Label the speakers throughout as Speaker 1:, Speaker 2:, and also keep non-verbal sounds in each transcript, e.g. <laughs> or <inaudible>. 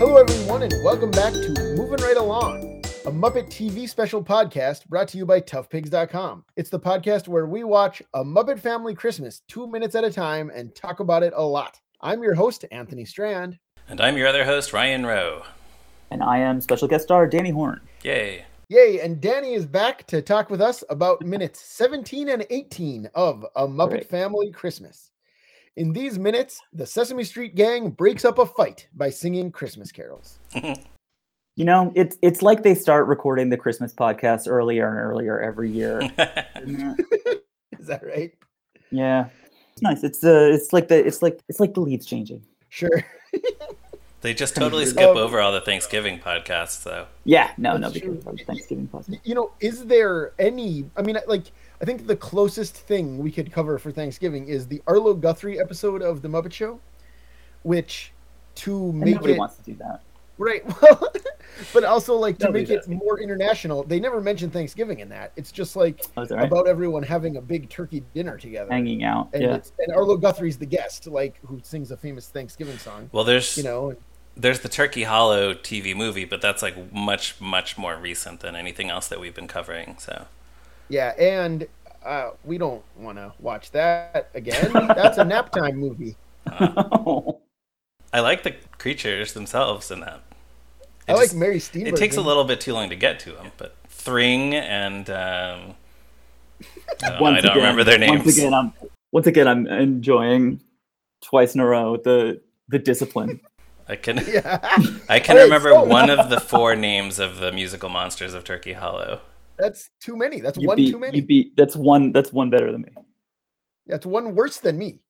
Speaker 1: everyone, and welcome back to Moving Right Along, a Muppet TV special podcast brought to you by ToughPigs.com. It's the podcast where we watch A Muppet Family Christmas two minutes at a time and talk about it a lot. I'm your host, Anthony Strand.
Speaker 2: And I'm your other host, Ryan Rowe.
Speaker 3: And I am special guest star Danny Horn.
Speaker 2: Yay.
Speaker 1: Yay, and Danny is back to talk with us about minutes 17 and 18 of A Muppet
Speaker 3: Right.
Speaker 1: Family Christmas. In these minutes, the Sesame Street gang breaks up a fight by singing Christmas carols. <laughs>
Speaker 3: You know, it's it's like they start recording the Christmas podcast earlier and earlier
Speaker 2: <laughs>
Speaker 3: every year. isn't it?
Speaker 1: Is that right?
Speaker 3: yeah. It's nice. It's uh it's like the it's like it's like the leaves changing.
Speaker 1: Sure.
Speaker 2: they just totally skip
Speaker 1: Um,
Speaker 2: over all the Thanksgiving podcasts, though.
Speaker 3: Yeah, no, no,
Speaker 1: That's
Speaker 3: because of our Thanksgiving podcast.
Speaker 1: you know, is there any? I mean, like, I think the closest thing we could cover for Thanksgiving is the Arlo Guthrie episode of The Muppet Show, which to
Speaker 3: And
Speaker 1: make
Speaker 3: nobody
Speaker 1: it
Speaker 3: wants to do that.
Speaker 1: right, <laughs> well, but also like to
Speaker 3: Nobody
Speaker 1: make it
Speaker 3: does.
Speaker 1: more international. They never mention Thanksgiving in that. It's just like
Speaker 3: Oh, is that right?
Speaker 1: about everyone having a big turkey dinner together,
Speaker 3: Hanging out.
Speaker 1: and
Speaker 3: yeah.
Speaker 1: it's, and Arlo Guthrie's the guest, like who sings a famous Thanksgiving song.
Speaker 2: Well, there's
Speaker 1: You know,
Speaker 2: there's the Turkey Hollow TV movie, but that's like much much more recent than anything else that we've been covering. So
Speaker 1: yeah, and uh, we don't want to watch that again. That's
Speaker 3: <laughs>
Speaker 1: a nap time movie.
Speaker 2: I like the creatures themselves in that.
Speaker 1: I
Speaker 2: It just-
Speaker 1: like Mary Steenburgen.
Speaker 2: It takes a little bit too long to get to them, but Thring and
Speaker 1: <laughs>
Speaker 2: um, I don't, know, I
Speaker 3: Once
Speaker 2: don't
Speaker 3: again-
Speaker 2: remember their names.
Speaker 3: Once again, I'm once again I'm enjoying twice in a row the the discipline.
Speaker 1: <laughs>
Speaker 2: I can
Speaker 1: <laughs> Yeah,
Speaker 2: I can
Speaker 1: Hey,
Speaker 2: remember
Speaker 1: so- <laughs>
Speaker 2: one of the four names of the musical monsters of Turkey Hollow.
Speaker 1: that's too many. That's
Speaker 3: You
Speaker 1: one
Speaker 3: beat,
Speaker 1: too
Speaker 3: you
Speaker 1: many.
Speaker 3: beat that's one that's one better than me.
Speaker 1: That's one worse than me,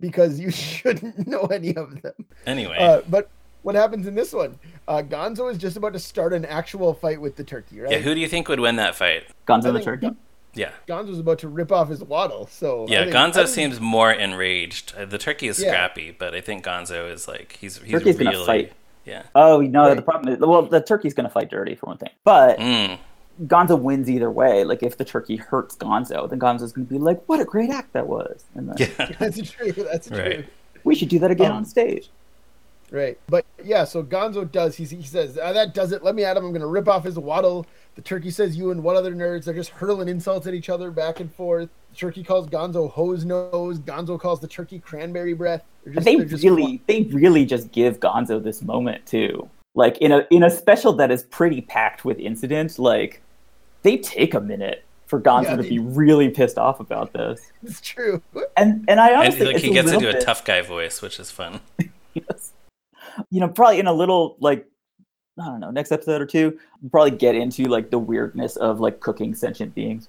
Speaker 1: because you <laughs> shouldn't know any of them.
Speaker 2: Anyway,
Speaker 1: Uh, but what happens in this one? Uh, Gonzo is just about to start an actual fight with the turkey. Right?
Speaker 2: yeah, who do you think would win that fight?
Speaker 3: Guns
Speaker 1: I
Speaker 3: on the
Speaker 1: think
Speaker 3: turkey.
Speaker 1: Gon-
Speaker 2: Yeah.
Speaker 1: Gonzo's about to rip off his waddle. So I
Speaker 2: Yeah,
Speaker 1: think- I
Speaker 2: Gonzo
Speaker 1: think-
Speaker 2: seems more enraged. Uh, The turkey is
Speaker 1: Yeah.
Speaker 2: scrappy, but I think Gonzo is like he's he's
Speaker 3: Turkey's
Speaker 2: really
Speaker 3: gonna fight.
Speaker 2: yeah.
Speaker 3: Oh no,
Speaker 1: Right.
Speaker 3: the problem is well, the turkey's going to fight dirty for one thing. But
Speaker 2: Mm.
Speaker 3: Gonzo wins either way. Like if the turkey hurts Gonzo, then Gonzo's going to be like, "What a great act that was!"
Speaker 2: <laughs>
Speaker 3: And then,
Speaker 2: Yeah.
Speaker 1: <laughs> That's true. That's true.
Speaker 2: Right.
Speaker 1: Right.
Speaker 3: we should do that again
Speaker 1: Um,
Speaker 3: on stage.
Speaker 1: But yeah, so Gonzo does. He he says "Ah, that does it. Let me at him. I'm gonna rip off his waddle. The turkey says you and one other nerds. They're just hurling insults at each other back and forth. The turkey calls Gonzo hose nose. Gonzo calls the turkey cranberry breath. They're just-
Speaker 3: they
Speaker 1: they're just
Speaker 3: really, they really just give Gonzo this moment too. Like in a in a special that is pretty packed with incident. Like they take a minute for Gonzo
Speaker 1: Yeah,
Speaker 3: to
Speaker 1: they-
Speaker 3: be really pissed off about this.
Speaker 1: <laughs> It's true.
Speaker 3: And and I
Speaker 2: And
Speaker 3: <laughs> honestly,
Speaker 2: like
Speaker 3: it's
Speaker 2: he gets
Speaker 3: little
Speaker 2: into a
Speaker 3: bit-
Speaker 2: tough guy voice, which is fun.
Speaker 3: Yes. <laughs> You know, probably in a little like I don't know, next episode or two, we'll probably get into like the weirdness of like cooking sentient
Speaker 1: <laughs>
Speaker 3: beings.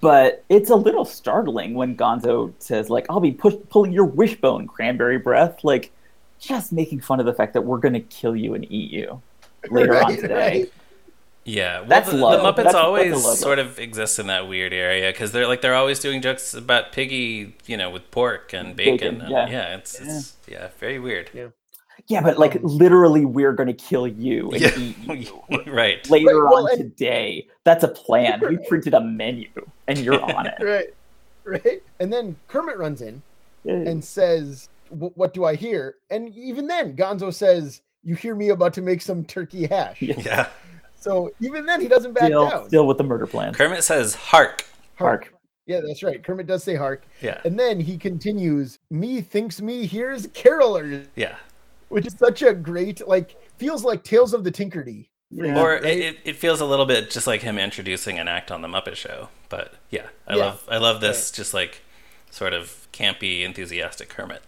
Speaker 3: but it's a little startling when Gonzo says like I'll be push- pulling your wishbone cranberry breath like just making fun of the fact that we're going to kill you and eat you later on
Speaker 1: Right,
Speaker 3: today.
Speaker 1: right.
Speaker 2: Yeah, well,
Speaker 3: That's
Speaker 2: the, the
Speaker 3: low.
Speaker 2: Muppets
Speaker 3: That's- that's a
Speaker 2: always
Speaker 3: low.
Speaker 2: sort of exist in that weird area because they're like they're always doing jokes about Piggy, you know, with pork and bacon.
Speaker 3: Bacon,
Speaker 2: and, yeah.
Speaker 3: yeah.
Speaker 2: it's, it's yeah, very weird. <laughs>
Speaker 3: Yeah, but like
Speaker 1: Um,
Speaker 3: literally we're going to kill you and
Speaker 2: Yeah.
Speaker 1: <laughs>
Speaker 3: eat you
Speaker 2: right.
Speaker 3: later
Speaker 1: Right, well,
Speaker 3: on
Speaker 1: and-
Speaker 3: today. That's a plan.
Speaker 1: <laughs>
Speaker 3: We printed a menu and you're on it.
Speaker 1: right. Right. And then Kermit runs in
Speaker 3: Yeah.
Speaker 1: and says, "Wh- What do I hear? And even then, Gonzo says, You hear me about to make some turkey hash.
Speaker 3: Yeah.
Speaker 2: Yeah,
Speaker 1: So even then, he doesn't back
Speaker 3: Still,
Speaker 1: down.
Speaker 3: still with the murder plan.
Speaker 2: Kermit says "Hark."
Speaker 1: Hark.
Speaker 3: Hark.
Speaker 1: Yeah, that's right. Kermit does say hark.
Speaker 2: Yeah,
Speaker 1: And then he continues, Me thinks me hears carolers,
Speaker 2: yeah.
Speaker 1: which is such a great, like, feels like Tales of the Tinkerty.
Speaker 3: Yeah.
Speaker 2: Or
Speaker 1: Right?
Speaker 2: it, it, it feels a little bit just like him introducing an act on the Muppet Show. But yeah, I
Speaker 1: Yeah.
Speaker 2: love I love this just like sort of campy, enthusiastic Kermit.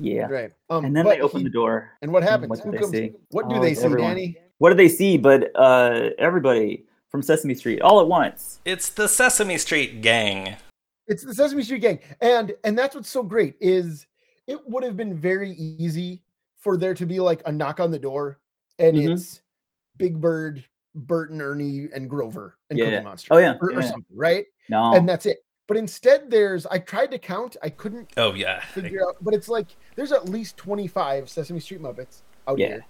Speaker 3: Yeah.
Speaker 1: Right. Um,
Speaker 3: And then
Speaker 1: but
Speaker 3: they open
Speaker 1: he-
Speaker 3: the door.
Speaker 1: And what
Speaker 3: and
Speaker 1: happens?
Speaker 3: what do
Speaker 1: Who
Speaker 3: they
Speaker 1: comes-
Speaker 3: see?
Speaker 1: What do
Speaker 3: Oh,
Speaker 1: they
Speaker 3: it's
Speaker 1: see,
Speaker 3: everyone.
Speaker 1: Danny?
Speaker 3: What do they see? But uh, everybody from Sesame Street all at once.
Speaker 2: It's the Sesame Street gang.
Speaker 1: It's the Sesame Street gang, and and that's what's so great is it would have been very easy for there to be like a knock on the door, and
Speaker 3: Mhm.
Speaker 1: it's Big Bird, Bert and Ernie, and Grover and Cookie
Speaker 3: Yeah.
Speaker 1: Monster.
Speaker 3: Oh, yeah.
Speaker 1: or, or
Speaker 3: Yeah. Oh.
Speaker 1: something, right?
Speaker 3: No.
Speaker 1: And that's it. But instead, there's I tried to count, I couldn't
Speaker 2: Oh yeah,
Speaker 1: figure out, but it's like there's at least 25 Sesame Street Muppets out
Speaker 3: Yeah.
Speaker 1: here.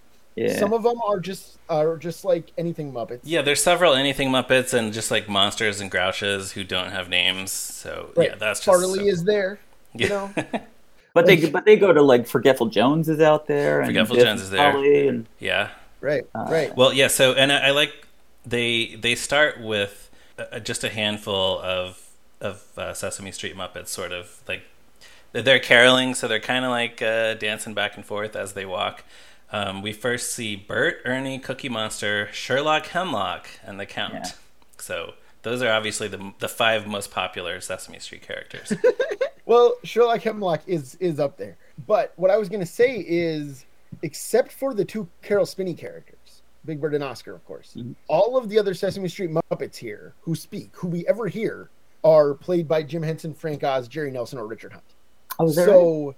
Speaker 3: yeah.
Speaker 1: Some of them are just are just like anything Muppets.
Speaker 2: yeah. There's several anything Muppets and just like monsters and grouches who don't have names. So
Speaker 1: Right.
Speaker 2: yeah, that's just
Speaker 1: Farley
Speaker 2: so-
Speaker 1: is there,
Speaker 2: Yeah.
Speaker 1: you know.
Speaker 2: <laughs>
Speaker 3: but they but they go to like Forgetful Jones is out there. And
Speaker 2: Forgetful
Speaker 3: Biff
Speaker 2: Jones
Speaker 3: and
Speaker 2: is there.
Speaker 3: Polly and
Speaker 2: yeah.
Speaker 1: Right,
Speaker 3: Uh,
Speaker 1: right.
Speaker 2: Well, yeah. So, and I, I like they they start with uh, just a handful of of uh, Sesame Street Muppets, sort of like they're- they're caroling, so they're kind of like uh, dancing back and forth as they walk. Um, we first see Bert, Ernie, Cookie Monster, Sherlock Hemlock, and the Count.
Speaker 3: Yeah.
Speaker 2: So those are obviously the the five most popular Sesame Street characters.
Speaker 1: Well, Sherlock Hemlock is is up there. But what I was going to say is, except for the two Carol Spinney characters, Big Bird and Oscar, of course,
Speaker 3: Mhm.
Speaker 1: all of the other Sesame Street Muppets here who speak, who we ever hear, are played by Jim Henson, Frank Oz, Jerry Nelson, or Richard Hunt.
Speaker 3: Oh, is that right?
Speaker 1: so,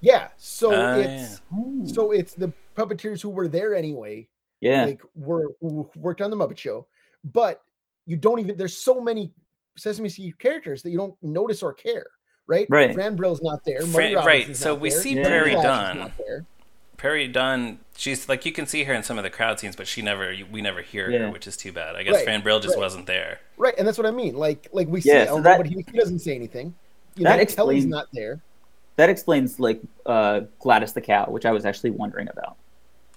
Speaker 1: yeah. So
Speaker 2: Ah,
Speaker 1: it's
Speaker 3: Hmm.
Speaker 1: so it's the puppeteers who were there anyway
Speaker 3: yeah,
Speaker 1: like were who worked on the Muppet Show, but you don't even there's so many Sesame Street characters that you don't notice or care, right?
Speaker 3: Right.
Speaker 1: Fran Brill's not there. Marty
Speaker 2: Fran-
Speaker 1: Robbins
Speaker 2: right,
Speaker 1: is
Speaker 2: so
Speaker 1: not
Speaker 2: we
Speaker 1: there,
Speaker 2: see
Speaker 1: Mary
Speaker 3: Prairie
Speaker 1: Lash is
Speaker 2: Dawn.
Speaker 1: not there.
Speaker 2: Perry Dunn, she's like you can see her in some of the crowd scenes, but she never we never hear her,
Speaker 3: Yeah.
Speaker 2: which is too bad. I guess
Speaker 1: Right,
Speaker 2: Fran Brill just
Speaker 1: right.
Speaker 2: wasn't there.
Speaker 1: Right, and that's what I mean. Like like we see
Speaker 3: Yeah, so
Speaker 1: Elmo,
Speaker 3: that-
Speaker 1: but he, he doesn't say anything. You
Speaker 3: that
Speaker 1: know, Kelly's
Speaker 3: explains-
Speaker 1: not there.
Speaker 3: that explains like uh, Gladys the cow, which I was actually wondering about.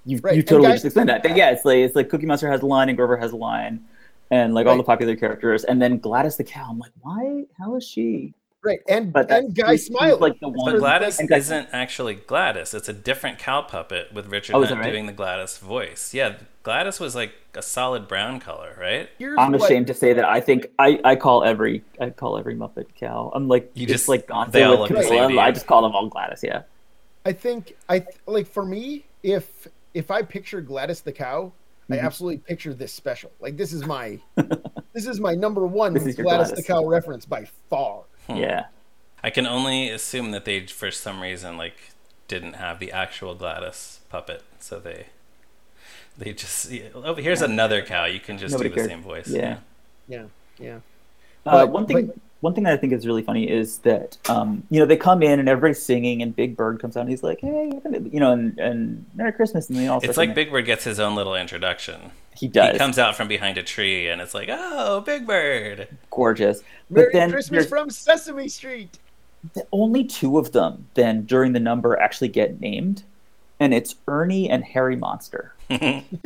Speaker 3: You
Speaker 1: Right,
Speaker 3: you
Speaker 1: and
Speaker 3: totally
Speaker 1: guys-
Speaker 3: just explained that. But yeah, it's like it's like Cookie Monster has a line and Grover has a line, and like all
Speaker 1: Right.
Speaker 3: the popular characters, and then Gladys the cow. I'm like, why? How is she?
Speaker 1: Right, and
Speaker 3: But that-
Speaker 1: and Guy
Speaker 3: she's- she's
Speaker 1: Smiley.
Speaker 3: like the
Speaker 1: That's
Speaker 3: one-
Speaker 2: But
Speaker 1: what-
Speaker 2: Gladys
Speaker 3: and Gladys-
Speaker 2: isn't actually Gladys. It's a different cow puppet with Richard
Speaker 3: Oh, is
Speaker 2: Hunt
Speaker 3: that right?
Speaker 2: doing the Gladys voice. Yeah, Gladys was like a solid brown color, right?
Speaker 1: here's
Speaker 3: I'm
Speaker 1: what-
Speaker 3: ashamed to say that I think I, I call every I call every Muppet cow. I'm like
Speaker 2: You
Speaker 3: it's
Speaker 2: just-
Speaker 3: like
Speaker 2: they all
Speaker 3: Gonzo with
Speaker 2: look the same to
Speaker 3: Camilla.
Speaker 2: you.
Speaker 3: I just call them all Gladys. Yeah,
Speaker 1: I think I th- like for me, if if I picture Gladys the cow, I
Speaker 3: Mhm.
Speaker 1: absolutely picture this special. Like this is
Speaker 3: <laughs>
Speaker 1: my this is my number one
Speaker 3: This
Speaker 1: Gladys,
Speaker 3: is your
Speaker 1: the
Speaker 3: Gladys.
Speaker 1: cow reference by far.
Speaker 2: Hmm.
Speaker 3: yeah.
Speaker 2: I can only assume that they for some reason like didn't have the actual Gladys puppet, so they they just oh here's another cow. You can just
Speaker 3: Nobody
Speaker 2: do the
Speaker 3: cared.
Speaker 2: same voice.
Speaker 3: Yeah.
Speaker 1: Yeah, yeah.
Speaker 3: Uh,
Speaker 1: But-
Speaker 3: one thing, one thing that I think is really funny is that um, you know they come in and everybody's singing, and Big Bird comes out and he's like, "Hey, you know," and, and "Merry Christmas," and they all.
Speaker 2: It's
Speaker 3: start
Speaker 2: like
Speaker 3: singing.
Speaker 2: Big Bird gets his own little introduction.
Speaker 3: He does.
Speaker 2: He comes out from behind a tree and it's like, "Oh, Big Bird." <laughs>
Speaker 3: gorgeous.
Speaker 1: Merry
Speaker 3: but then
Speaker 1: Christmas
Speaker 3: there's
Speaker 1: from Sesame Street.
Speaker 3: the- only two of them then during the number actually get named, and it's Ernie and Harry Monster.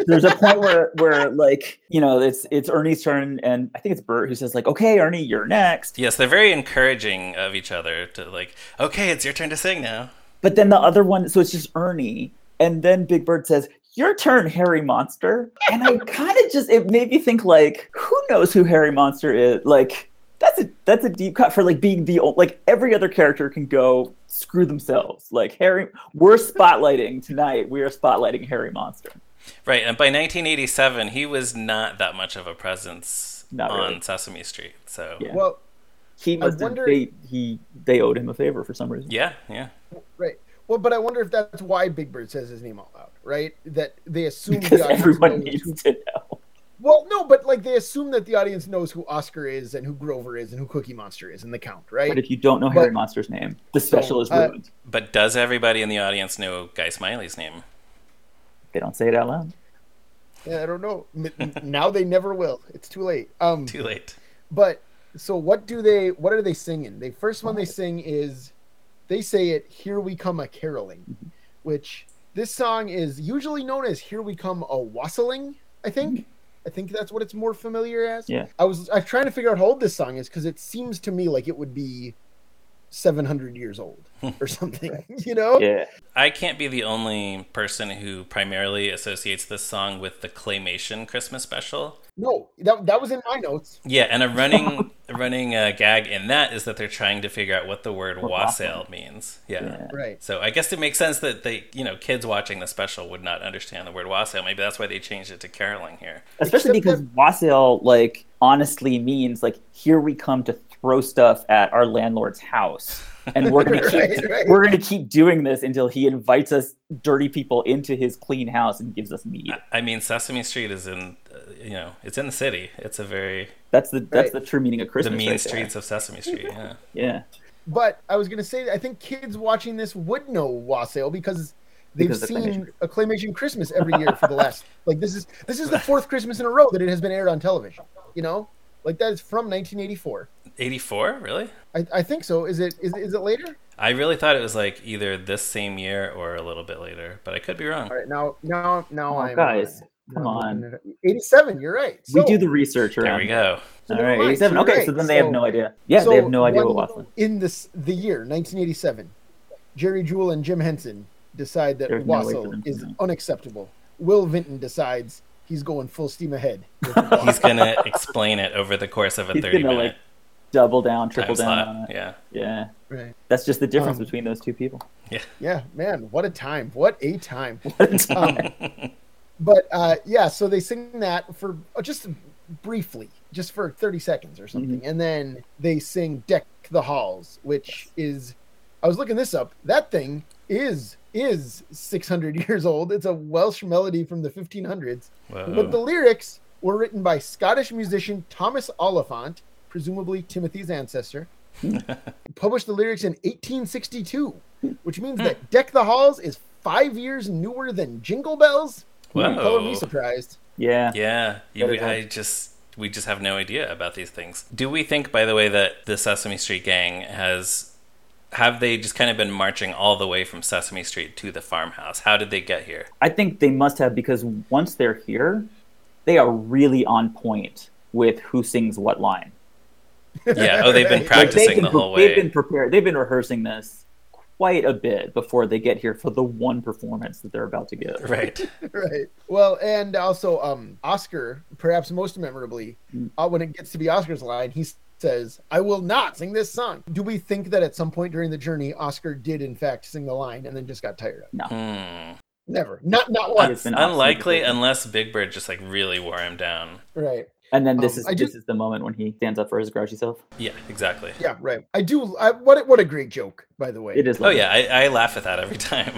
Speaker 3: there's a point where where like you know it's it's Ernie's turn, and I think it's Bert who says like, "Okay, Ernie, you're next."
Speaker 2: Yes, they're very encouraging of each other to like, okay, it's your turn to sing now.
Speaker 3: But then the other one, so it's just Ernie, and then Big Bird says, "Your turn, Harry Monster." And I kind of just it made me think like, who knows who Harry Monster is? Like that's a that's a deep cut for like being the old, like every other character can go screw themselves. Like Harry, we're spotlighting tonight. We are spotlighting Harry Monster.
Speaker 2: Right, and by 1987, he was not that much of a presence
Speaker 3: Not
Speaker 2: on
Speaker 3: really.
Speaker 2: Sesame Street. So
Speaker 3: Yeah.
Speaker 1: Well,
Speaker 3: He
Speaker 1: I
Speaker 3: must have-
Speaker 1: wonder-
Speaker 3: they he they owed him a favor for some reason.
Speaker 2: yeah, yeah.
Speaker 1: right. Well, but I wonder if that's why Big Bird says his name out loud, right? That they assume
Speaker 3: Because
Speaker 1: the audience
Speaker 3: everyone
Speaker 1: knows
Speaker 3: needs
Speaker 1: who-
Speaker 3: to know.
Speaker 1: Well, no, but like they assume that the audience knows who Oscar is and who Grover is and who Cookie Monster is and the Count, right?
Speaker 3: But if you don't know
Speaker 1: But-
Speaker 3: Harry Monster's name, the special is
Speaker 1: uh,
Speaker 3: ruined.
Speaker 2: But does everybody in the audience know Guy Smiley's
Speaker 3: <laughs>
Speaker 2: name?
Speaker 3: they don't say it out loud.
Speaker 1: Yeah, I don't know. M- m- now they never will. It's too late. Um,
Speaker 2: Too late.
Speaker 1: but so what do they? What are they singing? The first one they sing is, they say it. Here we come a caroling,
Speaker 3: Mm-hmm.
Speaker 1: which this song is usually known as "Here we come a wassailing." I think. I think that's what it's more familiar as.
Speaker 3: Mm-hmm. Yeah.
Speaker 1: I was I was trying to figure out how old this song is because it seems to me like it would be, seven hundred years
Speaker 3: <laughs>
Speaker 1: old or something. <laughs> You know.
Speaker 3: Yeah.
Speaker 2: I can't be the only person who primarily associates this song with the Claymation Christmas special.
Speaker 1: No, that that was in my notes.
Speaker 2: Yeah, and a running
Speaker 3: <laughs>
Speaker 2: a running uh, gag in that is that they're trying to figure out what the word wassail means.
Speaker 3: Yeah.
Speaker 1: Right.
Speaker 2: So I guess it makes sense that they, you know, kids watching the special would not understand the word wassail. Maybe that's why they changed it to caroling here.
Speaker 3: especially
Speaker 1: Except
Speaker 3: because wassail like honestly means like here we come to throw stuff at our landlord's house and
Speaker 1: <laughs>
Speaker 3: we're gonna keep
Speaker 1: Right, right.
Speaker 3: we're gonna keep doing this until he invites us dirty people into his clean house and gives us meat
Speaker 2: I- I mean, Sesame Street is in, uh, you know, it's in the city. It's a very
Speaker 3: that's the that's
Speaker 1: Right.
Speaker 3: the true meaning of
Speaker 2: the
Speaker 3: christmas
Speaker 2: mean
Speaker 3: right there.
Speaker 2: streets of Sesame Street. Yeah.
Speaker 3: yeah
Speaker 1: But I was going to say, I think kids watching this would know Wassail because they've
Speaker 3: Because of
Speaker 1: seen
Speaker 3: Claymation.
Speaker 1: a Claymation Christmas every year
Speaker 3: <laughs>
Speaker 1: for the last like this is this is the fourth Christmas in a row that it has been aired on television. You know, like that is from 1984.
Speaker 2: Eighty-four, really?
Speaker 1: I, I think so. Is it is, is it later?
Speaker 2: I really thought it was like either this same year or a little bit later, but I could be wrong.
Speaker 1: All right, now now now
Speaker 3: oh,
Speaker 1: I'm
Speaker 3: guys Come on.
Speaker 1: 87, you're right.
Speaker 3: we
Speaker 1: So-
Speaker 3: do the research
Speaker 2: There
Speaker 3: around.
Speaker 2: we go.
Speaker 1: so
Speaker 3: All
Speaker 1: never
Speaker 3: right,
Speaker 1: mind,
Speaker 3: 87.
Speaker 1: so you're
Speaker 3: Okay, so
Speaker 1: right.
Speaker 3: then they have no idea. Yeah, they have no idea
Speaker 1: one-
Speaker 3: what Watson.
Speaker 1: In this, the year 1987, Jerry Jewell and Jim Henson decide that
Speaker 3: There's no way for
Speaker 1: Wassel
Speaker 3: them to
Speaker 1: is
Speaker 3: know.
Speaker 1: unacceptable. Will Vinton decides he's going full steam
Speaker 3: <laughs>
Speaker 1: ahead.
Speaker 2: He's gonna <laughs> explain it over the course of a
Speaker 3: He's
Speaker 2: thirty
Speaker 3: gonna
Speaker 2: minute
Speaker 3: like double down,
Speaker 2: time
Speaker 3: triple down
Speaker 2: slot.
Speaker 3: on it.
Speaker 2: Yeah.
Speaker 3: Yeah,
Speaker 1: Right.
Speaker 3: that's just the difference
Speaker 1: Um,
Speaker 3: between those two people. <laughs>
Speaker 1: Yeah, man, what a time. What a time.
Speaker 3: All
Speaker 1: <laughs> Um, but uh, yeah, so they sing that for uh, just briefly, just for 30 seconds or something. And then they sing Deck the Halls, which is, I was looking this up. That thing is is 600 <laughs> years old. It's a Welsh melody from the 1500s.
Speaker 2: Whoa.
Speaker 1: But the lyrics were written by Scottish musician Thomas Oliphant, presumably Timothy's ancestor. published the lyrics in 1862, which means that Deck the Halls is five years newer than Jingle Bells.
Speaker 2: Whoa.
Speaker 1: Color me surprised. <laughs>
Speaker 3: yeah,
Speaker 2: Yeah, you,
Speaker 3: Better
Speaker 2: I just we just have no idea about these things. Do we think, by the way, that the Sesame Street gang has have they just kind of been marching all the way from Sesame Street to the farmhouse? How did they get
Speaker 3: <laughs>
Speaker 2: here?
Speaker 3: I think they must have because once they're here, they are really on point with who sings what line.
Speaker 2: Yeah, oh, they've
Speaker 1: Like,
Speaker 2: been
Speaker 3: Like, they've
Speaker 2: practicing
Speaker 3: been
Speaker 2: the
Speaker 3: pre-
Speaker 2: whole
Speaker 3: They've been
Speaker 2: way.
Speaker 3: prepared. They've been rehearsing this quite a bit before they get here for the one performance that they're about to give.
Speaker 2: <laughs>
Speaker 3: <laughs>
Speaker 2: Right.
Speaker 1: right. Well, and also um, Oscar, perhaps most memorably, uh, when it gets to be Oscar's line, he s- says, "I will not sing this song." Do we think that at some point during the journey, Oscar did in fact sing the line and then just got tired of it?
Speaker 2: Hmm.
Speaker 1: Never. Not not once.
Speaker 3: It's been awesome
Speaker 2: Unlikely,
Speaker 3: before.
Speaker 2: unless Big Bird just like really wore him down.
Speaker 1: Right.
Speaker 3: And then this
Speaker 1: Um,
Speaker 3: is
Speaker 1: I
Speaker 3: this
Speaker 1: just-
Speaker 3: is the moment when he stands up for his grouchy self.
Speaker 2: Yeah, exactly.
Speaker 1: Yeah. Right. I do. I, what a- what a great joke, by the way.
Speaker 3: It is.
Speaker 2: Oh
Speaker 3: lovely.
Speaker 2: yeah, I, I laugh at that every <laughs> time.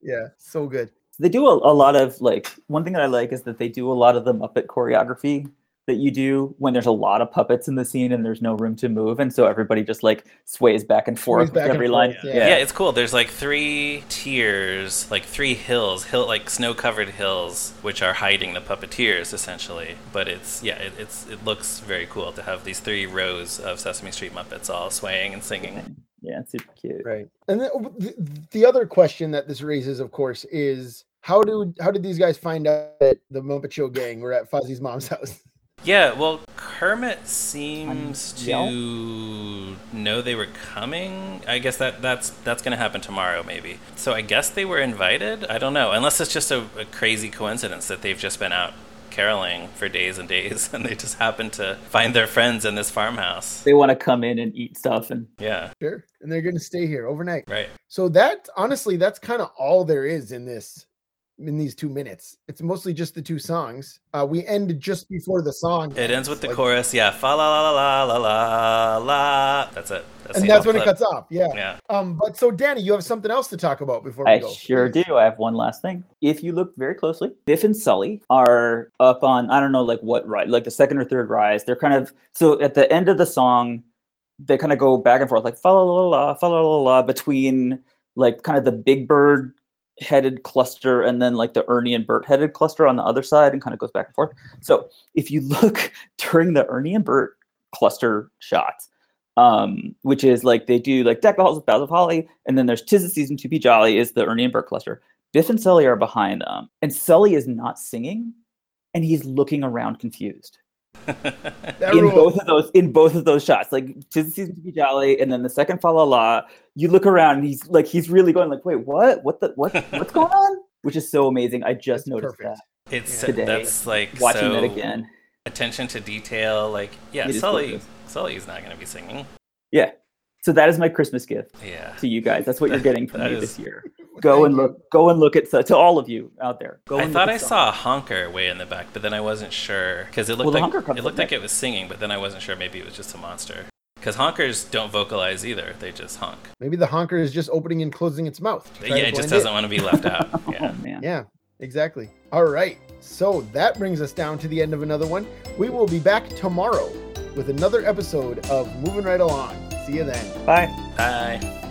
Speaker 1: Yeah. So good.
Speaker 3: They do a, a lot of like one thing that I like is that they do a lot of the Muppet choreography that you do when there's a lot of puppets in the scene and there's no room to move, and so everybody just like sways back and forth
Speaker 1: Sways back
Speaker 3: with
Speaker 1: and
Speaker 3: every
Speaker 1: forth,
Speaker 3: line.
Speaker 1: yeah.
Speaker 2: Yeah. it's cool. There's like three tiers, like three hills, hill like snow-covered hills, which are hiding the puppeteers essentially. But it's yeah, it, it's it looks very cool to have these three rows of Sesame Street Muppets all swaying and singing.
Speaker 3: Yeah, it's super cute.
Speaker 1: Right. And the, the, the other question that this raises, of course, is how do how did these guys find out that the Muppet Show gang were at Fozzie's mom's <laughs> house?
Speaker 2: Yeah, well, Kermit seems
Speaker 3: Um,
Speaker 2: to know they were coming. I guess that that's that's gonna happen tomorrow, maybe. So I guess they were invited. I don't know, unless it's just a, a crazy coincidence that they've just been out caroling for days and days, <laughs> and they just happen to find their friends in this farmhouse.
Speaker 3: They want to come in and eat stuff, and
Speaker 2: Yeah,
Speaker 1: Sure. And they're going to stay here overnight.
Speaker 2: right.
Speaker 1: So that honestly, that's kind of all there is in this in these two minutes. It's mostly just the two songs. Uh, we end just before the song.
Speaker 2: It ends with the
Speaker 1: like-
Speaker 2: chorus. Yeah, fa la la la la la la. That's it. That's
Speaker 1: and
Speaker 2: the
Speaker 1: that's
Speaker 2: whole
Speaker 1: when it
Speaker 2: clip.
Speaker 1: cuts off. Yeah.
Speaker 2: Yeah.
Speaker 1: Um. But so, Danny, you have something else to talk about before
Speaker 3: I
Speaker 1: we go.
Speaker 3: sure
Speaker 1: please.
Speaker 3: do. I have one last thing. If you look very closely, Biff and Sully are up on I don't know like what rise, like the second or third rise. They're kind of so at the end of the song, they kind of go back and forth like fa la la la fa la la la between like kind of the Big Bird headed cluster and then like the Ernie and Bert headed cluster on the other side and kind of goes back and forth. So if you look <laughs> during the Ernie and Bert cluster shots, um, which is like they do like Deck the Halls with Boughs of Holly, and then there's Tis the Season to Be Jolly is the Ernie and Bert cluster. Biff and Sully are behind them, and Sully is not singing, and he's looking around confused
Speaker 1: That
Speaker 3: in
Speaker 1: rules.
Speaker 3: both of those in both of those shots. Like Tis the Season to Be Jolly, and then the second Fa La La. You look around, and he's like he's really going like, wait, what? What the what? What's going on? Which is so amazing. I just
Speaker 1: That's
Speaker 3: noticed
Speaker 1: perfect.
Speaker 2: It's
Speaker 1: Yeah.
Speaker 3: Today,
Speaker 2: that's like
Speaker 3: that. Watching
Speaker 2: so
Speaker 3: that again.
Speaker 2: Attention to detail, like yeah,
Speaker 3: It is
Speaker 2: Sully.
Speaker 3: gorgeous.
Speaker 2: Sully's not gonna be singing.
Speaker 3: Yeah. So that is my Christmas gift.
Speaker 2: Yeah.
Speaker 3: to you guys. That's what you're getting
Speaker 2: <laughs>
Speaker 3: from
Speaker 2: That
Speaker 3: me
Speaker 2: is-
Speaker 3: this year. Go
Speaker 1: Thank
Speaker 3: and
Speaker 1: you.
Speaker 3: look. Go and look at so- to all of you out there. Go
Speaker 2: I
Speaker 3: and
Speaker 2: thought
Speaker 3: look
Speaker 2: I
Speaker 3: at some.
Speaker 2: saw a honker way in the back, but then I wasn't sure because it
Speaker 3: Well,
Speaker 2: looked
Speaker 3: the honker
Speaker 2: like
Speaker 3: comes
Speaker 2: it
Speaker 3: up
Speaker 2: looked like
Speaker 3: next.
Speaker 2: it was singing, but then I wasn't sure. Maybe it was just a monster. Because honkers don't vocalize either; they just honk.
Speaker 1: Maybe the honker is just opening and closing its mouth. to
Speaker 2: Yeah,
Speaker 1: try to
Speaker 2: it just
Speaker 1: blend
Speaker 2: doesn't want to be left out.
Speaker 3: Oh
Speaker 2: Yeah.
Speaker 3: man.
Speaker 1: Yeah, exactly. All right. So that brings us down to the end of another one. We will be back tomorrow with another episode of Moving Right Along. See you then.
Speaker 3: Bye.
Speaker 2: Bye.